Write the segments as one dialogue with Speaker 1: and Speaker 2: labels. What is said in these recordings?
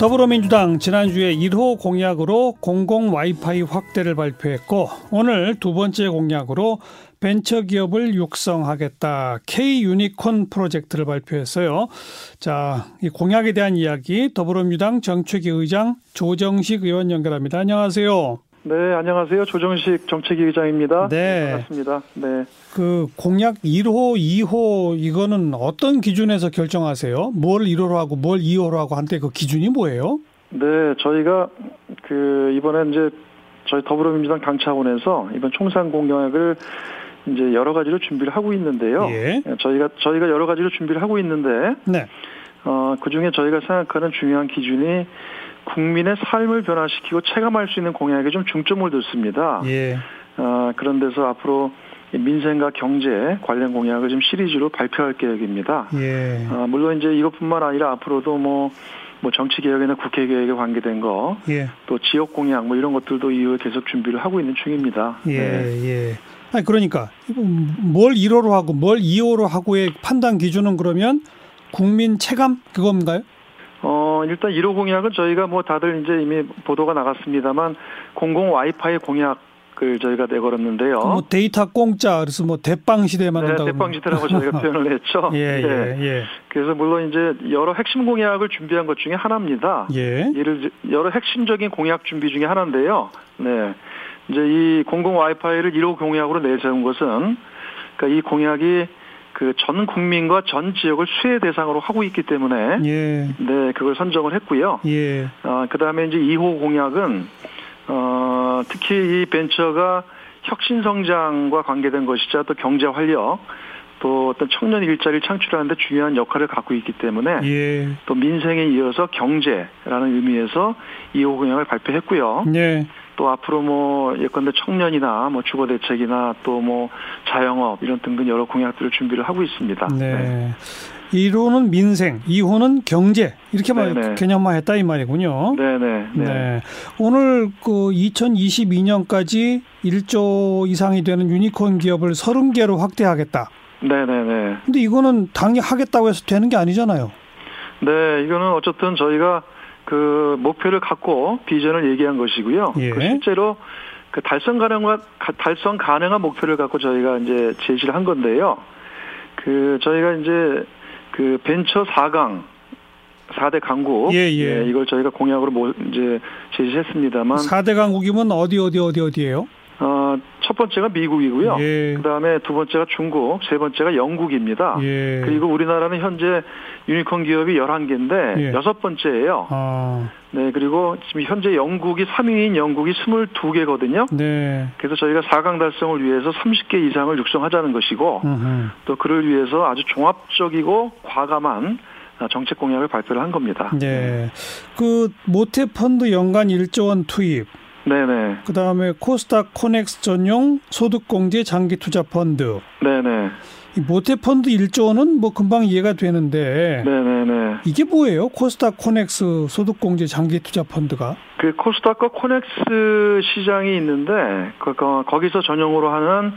Speaker 1: 더불어민주당 지난주에 1호 공약으로 공공 와이파이 확대를 발표했고 오늘 두 번째 공약으로 벤처기업을 육성하겠다 K 유니콘 프로젝트를 발표했어요. 자, 이 공약에 대한 이야기 더불어민주당 정책위 의장 조정식 의원 연결합니다. 안녕하세요.
Speaker 2: 네, 안녕하세요. 조정식 정책위 의장입니다.
Speaker 1: 네.
Speaker 2: 아, 반갑습니다. 네.
Speaker 1: 그 공약 1호, 2호 이거는 어떤 기준에서 결정하세요? 뭘 1호로 하고 뭘 2호로 하고 한때 그 기준이 뭐예요?
Speaker 2: 네, 저희가 그 이번에 이제 저희 더불어민주당 당 차원에서 이번 총선 공약을 이제 여러 가지로 준비를 하고 있는데요. 네,
Speaker 1: 예.
Speaker 2: 저희가 저희가 여러 가지로 준비를 하고 있는데
Speaker 1: 네.
Speaker 2: 어, 그중에 저희가 생각하는 중요한 기준이 국민의 삶을 변화시키고 체감할 수 있는 공약에 좀 중점을 뒀습니다.
Speaker 1: 예.
Speaker 2: 아, 그런 데서 앞으로 이 민생과 경제 관련 공약을 좀 시리즈로 발표할 계획입니다.
Speaker 1: 예.
Speaker 2: 아, 물론 이제 이것뿐만 아니라 앞으로도 뭐, 뭐 정치 개혁이나 국회 개혁에 관계된 거,
Speaker 1: 예.
Speaker 2: 또 지역 공약 뭐 이런 것들도 이후에 계속 준비를 하고 있는 중입니다.
Speaker 1: 예.
Speaker 2: 네.
Speaker 1: 예. 아니 그러니까 뭘 1호로 하고 뭘 2호로 하고의 판단 기준은 그러면 국민 체감 그건가요?
Speaker 2: 어, 일단 1호 공약은 저희가 뭐 다들 이제 이미 보도가 나갔습니다만 공공 와이파이 공약을 저희가 내걸었는데요.
Speaker 1: 뭐 데이터 공짜 그래서 뭐 대빵 시대
Speaker 2: 어? 네,
Speaker 1: 만든다고 뭐.
Speaker 2: 대빵지대라고 저희가 표현을 했죠.
Speaker 1: 예,
Speaker 2: 네.
Speaker 1: 예,
Speaker 2: 그래서 물론 이제 여러 핵심 공약을 준비한 것 중에 하나입니다.
Speaker 1: 예. 예.
Speaker 2: 이를 이제 여러 핵심적인 공약 준비 중에 하나인데요. 네. 이제 이 공공 와이파이를 1호 공약으로 내세운 것은 그러니까 이 공약이 그 전 국민과 전 지역을 수혜 대상으로 하고 있기 때문에
Speaker 1: 예.
Speaker 2: 네, 그걸 선정을 했고요.
Speaker 1: 예.
Speaker 2: 아, 그다음에 이제 2호 공약은 어, 특히 이 벤처가 혁신 성장과 관계된 것이자 또 경제 활력 또 어떤 청년 일자리를 창출하는 데 중요한 역할을 갖고 있기 때문에
Speaker 1: 예.
Speaker 2: 또 민생에 이어서 경제라는 의미에서 2호 공약을 발표했고요.
Speaker 1: 예.
Speaker 2: 또 앞으로 뭐 예컨대 청년이나 뭐 주거 대책이나 또 뭐 자영업 이런 등등 여러 공약들을 준비를 하고 있습니다.
Speaker 1: 네. 1호는 민생, 2호는 경제 이렇게만
Speaker 2: 네네.
Speaker 1: 개념만 했다 이 말이군요.
Speaker 2: 네, 네,
Speaker 1: 네.
Speaker 2: 네.
Speaker 1: 오늘 그 2022년까지 1조 이상이 되는 유니콘 기업을 30개로 확대하겠다.
Speaker 2: 네, 네, 네.
Speaker 1: 근데 이거는 당이 하겠다고 해서 되는 게 아니잖아요.
Speaker 2: 네, 이거는 어쨌든 저희가 그 목표를 갖고 비전을 얘기한 것이고요.
Speaker 1: 예.
Speaker 2: 그 실제로 그 달성 가능한 가- 달성 가능한 목표를 갖고 저희가 이제 제시를 한 건데요. 그 저희가 이제 그 벤처 4강 4대 강국 네,
Speaker 1: 예, 예.
Speaker 2: 이걸 저희가 공약으로 뭐 이제 제시했습니다만
Speaker 1: 사 4대 강국이면 어디 어디 어디 어디예요?
Speaker 2: 어, 첫 번째가 미국이고요.
Speaker 1: 예.
Speaker 2: 그다음에 두 번째가 중국, 세 번째가 영국입니다.
Speaker 1: 예.
Speaker 2: 그리고 우리나라는 현재 유니콘 기업이 11개인데
Speaker 1: 예.
Speaker 2: 여섯 번째예요.
Speaker 1: 아.
Speaker 2: 네, 그리고 지금 현재 영국이 3위인 영국이 22개거든요.
Speaker 1: 네.
Speaker 2: 그래서 저희가 4강 달성을 위해서 30개 이상을 육성하자는 것이고
Speaker 1: 음흠.
Speaker 2: 또 그를 위해서 아주 종합적이고 과감한 아, 정책 공약을 발표를 한 겁니다.
Speaker 1: 네. 그 모태 펀드 연간 1조 원 투입,
Speaker 2: 네, 네.
Speaker 1: 그다음에 코스닥 코넥스 전용 소득 공제 장기 투자 펀드.
Speaker 2: 네, 네.
Speaker 1: 이 모태 펀드 1조 원은 뭐 금방 이해가 되는데
Speaker 2: 네, 네, 네.
Speaker 1: 이게 뭐예요? 코스닥 코넥스 소득공제 장기 투자 펀드가?
Speaker 2: 그 코스닥과 코넥스 시장이 있는데 그, 거- 거기서 전용으로 하는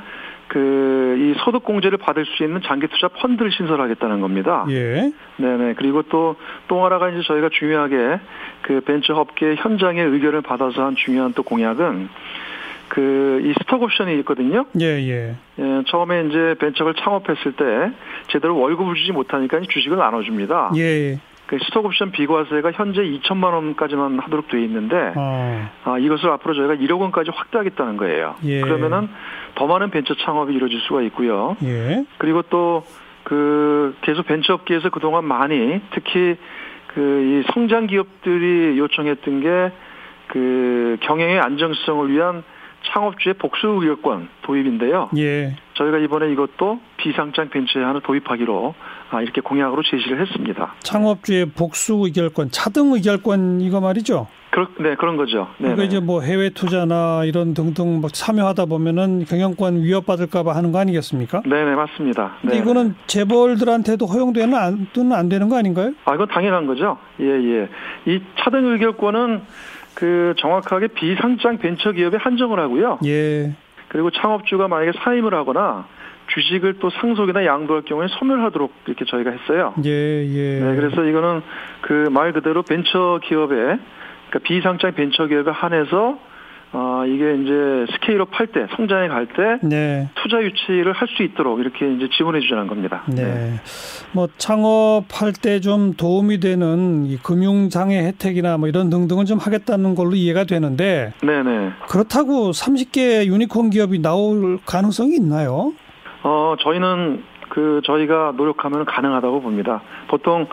Speaker 2: 그 이 소득 공제를 받을 수 있는 장기 투자 펀드를 신설하겠다는 겁니다.
Speaker 1: 예.
Speaker 2: 네네. 그리고 또, 또 하나가 이제 저희가 중요하게 그 벤처 업계 현장의 의견을 받아서 한 중요한 또 공약은 그 이 스톡 옵션이 있거든요.
Speaker 1: 예, 예.
Speaker 2: 예, 처음에 이제 벤처를 창업했을 때 제대로 월급을 주지 못하니까 주식을 나눠줍니다.
Speaker 1: 예.
Speaker 2: 그 스톡 옵션 비과세가 현재 2천만 원까지만 하도록 돼 있는데
Speaker 1: 어.
Speaker 2: 아, 이것을 앞으로 저희가 1억 원까지 확대하겠다는 거예요.
Speaker 1: 예.
Speaker 2: 그러면은 더 많은 벤처 창업이 이루어질 수가 있고요.
Speaker 1: 예.
Speaker 2: 그리고 또 그 계속 벤처업계에서 그동안 많이 특히 그 이 성장 기업들이 요청했던 게 그 경영의 안정성을 위한 창업주의 복수 의결권 도입인데요.
Speaker 1: 예.
Speaker 2: 저희가 이번에 이것도 비상장 벤처에 하나 도입하기로 아, 이렇게 공약으로 제시를 했습니다.
Speaker 1: 창업주의 복수 의결권, 차등 의결권 이거 말이죠.
Speaker 2: 그렇, 네 그런 거죠. 네,
Speaker 1: 그러니까 이제 뭐 해외 투자나 이런 등등 막 참여하다 보면은 경영권 위협받을까 봐 하는 거 아니겠습니까?
Speaker 2: 네네 맞습니다.
Speaker 1: 근데
Speaker 2: 네.
Speaker 1: 이거는 재벌들한테도 허용되는 안, 또는 안 되는 거 아닌가요?
Speaker 2: 아, 이건 당연한 거죠. 예, 예. 이 차등 의결권은 그 정확하게 비상장 벤처 기업에 한정을 하고요.
Speaker 1: 예.
Speaker 2: 그리고 창업주가 만약에 사임을 하거나 주식을 또 상속이나 양도할 경우에 소멸하도록 이렇게 저희가 했어요.
Speaker 1: 예, 예.
Speaker 2: 네, 그래서 이거는 그 말 그대로 벤처 기업에 그러니까 비상장 벤처 기업에 한해서 어, 이게 이제 스케일업 할 때, 성장해 갈 때
Speaker 1: 네.
Speaker 2: 투자 유치를 할 수 있도록 이렇게 이제 지원해 주자는 겁니다.
Speaker 1: 네. 뭐 창업할 때 좀 도움이 되는 이 금융 장애 혜택이나 뭐 이런 등등은 좀 하겠다는 걸로 이해가 되는데
Speaker 2: 네, 네.
Speaker 1: 그렇다고 30개 유니콘 기업이 나올 가능성이 있나요?
Speaker 2: 어, 저희는 그 저희가 노력하면 가능하다고 봅니다. 보통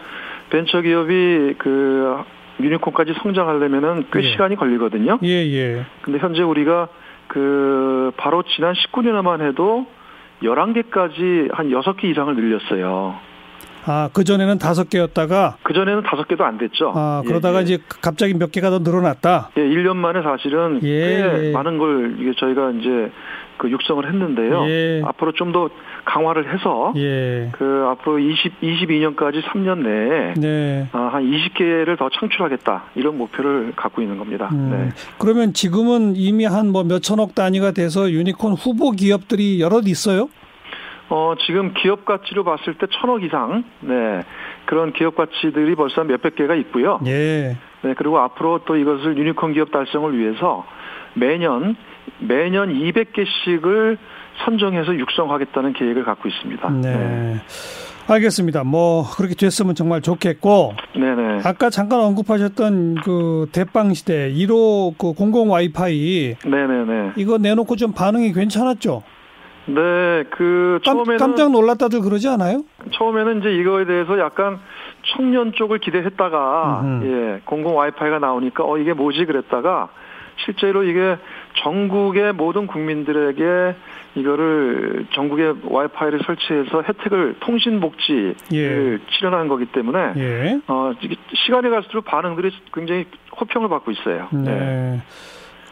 Speaker 2: 벤처 기업이 그 유니콘까지 성장하려면은 꽤
Speaker 1: 예.
Speaker 2: 시간이 걸리거든요.
Speaker 1: 예, 예.
Speaker 2: 근데 현재 우리가 그 바로 지난 19년만 해도 11개까지 한 6개 이상을 늘렸어요.
Speaker 1: 아, 그전에는 다섯 개였다가
Speaker 2: 그전에는 5개도 안 됐죠.
Speaker 1: 아,
Speaker 2: 예,
Speaker 1: 그러다가
Speaker 2: 예.
Speaker 1: 이제 갑자기 몇 개가 더 늘어났다.
Speaker 2: 예, 1년 만에 사실은
Speaker 1: 예,
Speaker 2: 꽤
Speaker 1: 예.
Speaker 2: 많은 걸 이게 저희가 이제 그 육성을 했는데요.
Speaker 1: 예.
Speaker 2: 앞으로 좀 더 강화를 해서
Speaker 1: 예.
Speaker 2: 그 앞으로 20 22년까지 3년 내에
Speaker 1: 네.
Speaker 2: 아, 한 20개를 더 창출하겠다 이런 목표를 갖고 있는 겁니다.
Speaker 1: 음,
Speaker 2: 네.
Speaker 1: 그러면 지금은 이미 한 뭐 몇천억 단위가 돼서 유니콘 후보 기업들이 여럿 있어요?
Speaker 2: 어, 지금 기업 가치로 봤을 때 천억 이상, 네. 그런 기업 가치들이 벌써 한 몇백 개가 있고요.
Speaker 1: 예.
Speaker 2: 네, 그리고 앞으로 또 이것을 유니콘 기업 달성을 위해서 매년, 매년 200개씩을 선정해서 육성하겠다는 계획을 갖고 있습니다.
Speaker 1: 네. 알겠습니다. 뭐 그렇게 됐으면 정말 좋겠고
Speaker 2: 네네.
Speaker 1: 아까 잠깐 언급하셨던 그 대빵 시대 1호 그 공공 와이파이
Speaker 2: 네네네.
Speaker 1: 이거 내놓고 좀 반응이 괜찮았죠?
Speaker 2: 네, 그,
Speaker 1: 깜,
Speaker 2: 처음에는,
Speaker 1: 깜짝 놀랐다들 그러지 않아요?
Speaker 2: 처음에는 이제 이거에 대해서 약간 청년 쪽을 기대했다가,
Speaker 1: 음흠.
Speaker 2: 예, 공공 와이파이가 나오니까, 어, 이게 뭐지? 그랬다가, 실제로 이게 전국의 모든 국민들에게 이거를 전국에 와이파이를 설치해서 혜택을 통신복지를
Speaker 1: 예.
Speaker 2: 실현하는 거기 때문에,
Speaker 1: 예.
Speaker 2: 어, 이게 시간이 갈수록 반응들이 굉장히 호평을 받고 있어요. 네.
Speaker 1: 네.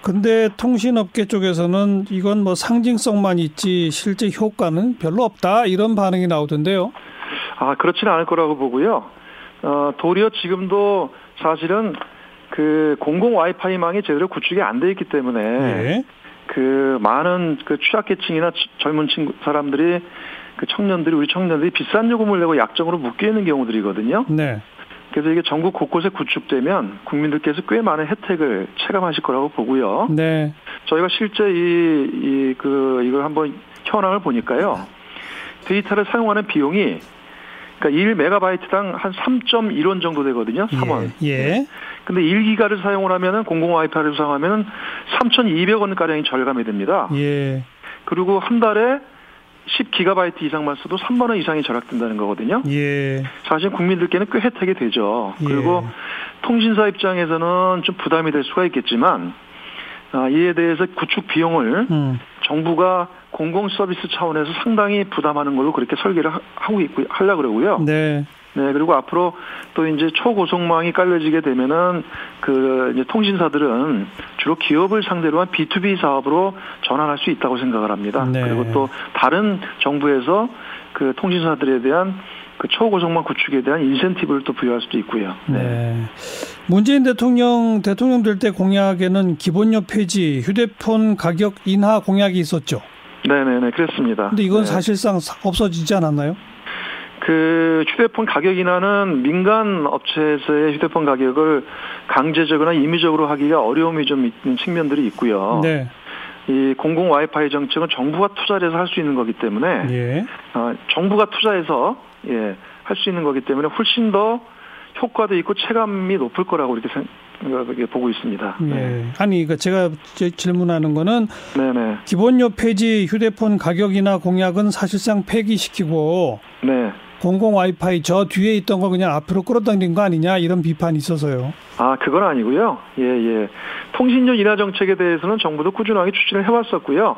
Speaker 1: 근데 통신업계 쪽에서는 이건 뭐 상징성만 있지 실제 효과는 별로 없다 이런 반응이 나오던데요.
Speaker 2: 아, 그렇지는 않을 거라고 보고요. 어, 도리어 지금도 사실은 그 공공 와이파이망이 제대로 구축이 안 돼 있기 때문에
Speaker 1: 예.
Speaker 2: 그 많은 그 취약계층이나 치- 젊은 친구 사람들이 그 청년들이 우리 청년들이 비싼 요금을 내고 약정으로 묶여 있는 경우들이거든요.
Speaker 1: 네.
Speaker 2: 그래서 이게 전국 곳곳에 구축되면 국민들께서 꽤 많은 혜택을 체감하실 거라고 보고요.
Speaker 1: 네.
Speaker 2: 저희가 실제 이, 이, 그, 이걸 한번 현황을 보니까요. 데이터를 사용하는 비용이 그러니까 1메가바이트당 한 3.1원 정도 되거든요. 3원.
Speaker 1: 예. 예.
Speaker 2: 근데 1기가를 사용을 하면은 공공 와이파이를 사용하면은 3,200원 가량이 절감이 됩니다.
Speaker 1: 예.
Speaker 2: 그리고 한 달에 10기가바이트 이상만 써도 3만 원 이상이 절약된다는 거거든요.
Speaker 1: 예.
Speaker 2: 사실 국민들께는 꽤 혜택이 되죠.
Speaker 1: 예.
Speaker 2: 그리고 통신사 입장에서는 좀 부담이 될 수가 있겠지만 아, 이에 대해서 구축 비용을
Speaker 1: 음.
Speaker 2: 정부가 공공 서비스 차원에서 상당히 부담하는 걸로 그렇게 설계를 하- 하고 있고 하려 그러고요.
Speaker 1: 네.
Speaker 2: 네 그리고 앞으로 또 이제 초고속망이 깔려지게 되면은 그 이제 통신사들은 주로 기업을 상대로 한 B2B 사업으로 전환할 수 있다고 생각을 합니다.
Speaker 1: 네.
Speaker 2: 그리고 또 다른 정부에서 그 통신사들에 대한 그 초고속망 구축에 대한 인센티브를 또 부여할 수도 있고요.
Speaker 1: 네. 문재인 대통령 대통령 될 때 공약에는 기본료 폐지, 휴대폰 가격 인하 공약이 있었죠.
Speaker 2: 네네네 그렇습니다.
Speaker 1: 근데 이건
Speaker 2: 네.
Speaker 1: 사실상 사- 없어지지 않았나요?
Speaker 2: 그 휴대폰 가격 인하는 민간 업체에서의 휴대폰 가격을 강제적이나 임의적으로 하기가 어려움이 좀 있는 측면들이 있고요.
Speaker 1: 네.
Speaker 2: 이 공공 와이파이 정책은 정부가 투자를 해서 할 수 있는 거기 때문에
Speaker 1: 예.
Speaker 2: 어, 정부가 투자해서 예, 할 수 있는 거기 때문에 훨씬 더 효과도 있고 체감이 높을 거라고 이렇게 생- 이렇게 보고 있습니다. 네.
Speaker 1: 예. 아니 그 제가 제- 질문하는 거는
Speaker 2: 네네.
Speaker 1: 기본료 폐지, 휴대폰 가격이나 공약은 사실상 폐기시키고
Speaker 2: 네.
Speaker 1: 공공 와이파이 저 뒤에 있던 거 그냥 앞으로 끌어당긴 거 아니냐 이런 비판이 있어서요.
Speaker 2: 아, 그건 아니고요. 예, 예. 통신료 인하 정책에 대해서는 정부도 꾸준하게 추진을 해왔었고요.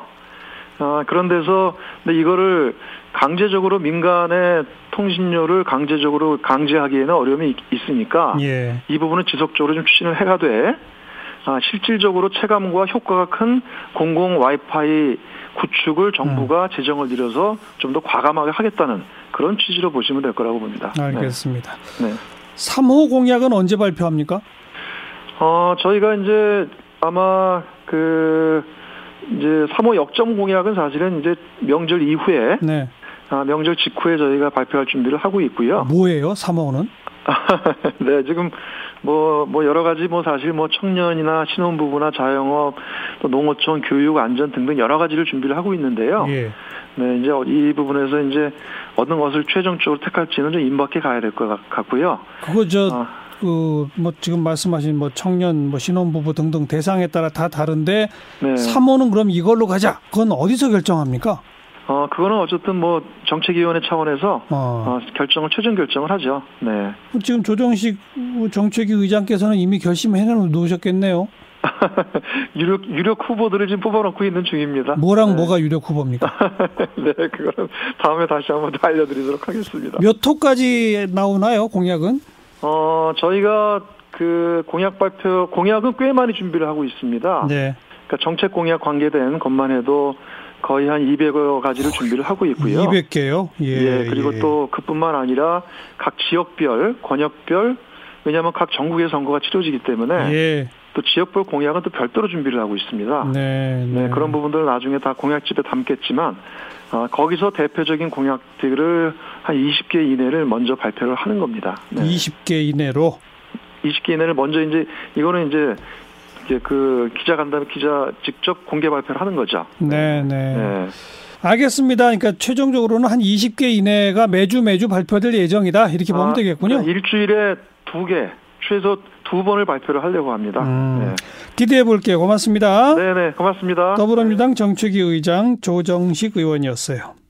Speaker 2: 아, 그런데서 근데 이거를 강제적으로 민간의 통신료를 강제적으로 강제하기에는 어려움이 있- 있으니까
Speaker 1: 예.
Speaker 2: 이 부분은 지속적으로 좀 추진을 해가되 아, 실질적으로 체감과 효과가 큰 공공 와이파이 구축을
Speaker 1: 음.
Speaker 2: 정부가 재정을 들여서 좀 더 과감하게 하겠다는 그런 취지로 보시면 될 거라고 봅니다. 네.
Speaker 1: 알겠습니다.
Speaker 2: 네.
Speaker 1: 삼 3호 공약은 언제 발표합니까?
Speaker 2: 어, 저희가 이제 아마 그 이제 3호 역점 공약은 사실은 이제 명절 이후에
Speaker 1: 네.
Speaker 2: 아, 명절 직후에 저희가 발표할 준비를 하고 있고요.
Speaker 1: 뭐예요? 3호는?
Speaker 2: 네, 지금 뭐, 뭐 여러 가지 뭐 사실 뭐 청년이나 신혼부부나 자영업 또 농어촌 교육 안전 등등 여러 가지를 준비를 하고 있는데요.
Speaker 1: 예.
Speaker 2: 네, 이제 이 부분에서 이제 어느 것을 최종적으로 택할지는 좀 임박해 가야 될 것 같고요.
Speaker 1: 그거 저
Speaker 2: 아.
Speaker 1: 그 뭐 지금 말씀하신 뭐 청년 뭐 신혼부부 등등 대상에 따라 다 다른데
Speaker 2: 네.
Speaker 1: 3호는 그럼 이걸로 가자. 그건 어디서 결정합니까?
Speaker 2: 어, 그거는 어쨌든 뭐 정책위원회 차원에서
Speaker 1: 어.
Speaker 2: 어, 결정을 최종 결정을 하죠. 네.
Speaker 1: 지금 조정식 정책위 의장께서는 이미 결심해 놓으셨겠네요.
Speaker 2: 유력 유력 후보들을 지금 뽑아놓고 있는 중입니다.
Speaker 1: 뭐랑 뭐가 유력 후보입니까?
Speaker 2: 네, 그거는 다음에 다시 한번 더 알려드리도록 하겠습니다.
Speaker 1: 몇 호까지 나오나요? 공약은?
Speaker 2: 어, 저희가 그 공약 발표 공약은 꽤 많이 준비를 하고 있습니다.
Speaker 1: 네.
Speaker 2: 그러니까 정책 공약 관계된 것만 해도 거의 한 200여 가지를 준비를 하고 있고요.
Speaker 1: 어, 200개요. 예.
Speaker 2: 예, 그리고
Speaker 1: 예.
Speaker 2: 또 그뿐만 아니라 각 지역별, 권역별, 왜냐하면 각 전국의 선거가 치러지기 때문에
Speaker 1: 예.
Speaker 2: 또 지역별 공약은 또 별도로 준비를 하고 있습니다.
Speaker 1: 네.
Speaker 2: 네, 그런 부분들은 나중에 다 공약집에 담겠지만 어, 거기서 대표적인 공약들을 한 20개 이내를 먼저 발표를 하는 겁니다. 네.
Speaker 1: 20개 이내로
Speaker 2: 20개 이내를 먼저 이제 이거는 이제 이제 그 기자 간담회 기자 직접 공개 발표를 하는 거죠.
Speaker 1: 네,
Speaker 2: 네.
Speaker 1: 네. 알겠습니다. 그러니까 최종적으로는 한 20개 이내가 매주 매주 발표될 예정이다. 이렇게 보면
Speaker 2: 아,
Speaker 1: 되겠군요.
Speaker 2: 그러니까 일주일에 두 개, 최소 두 번을 발표를 하려고 합니다.
Speaker 1: 음.
Speaker 2: 네.
Speaker 1: 기대해 볼게요. 고맙습니다.
Speaker 2: 네네, 고맙습니다.
Speaker 1: 더불어민주당 정책위 의장 조정식 의원이었어요.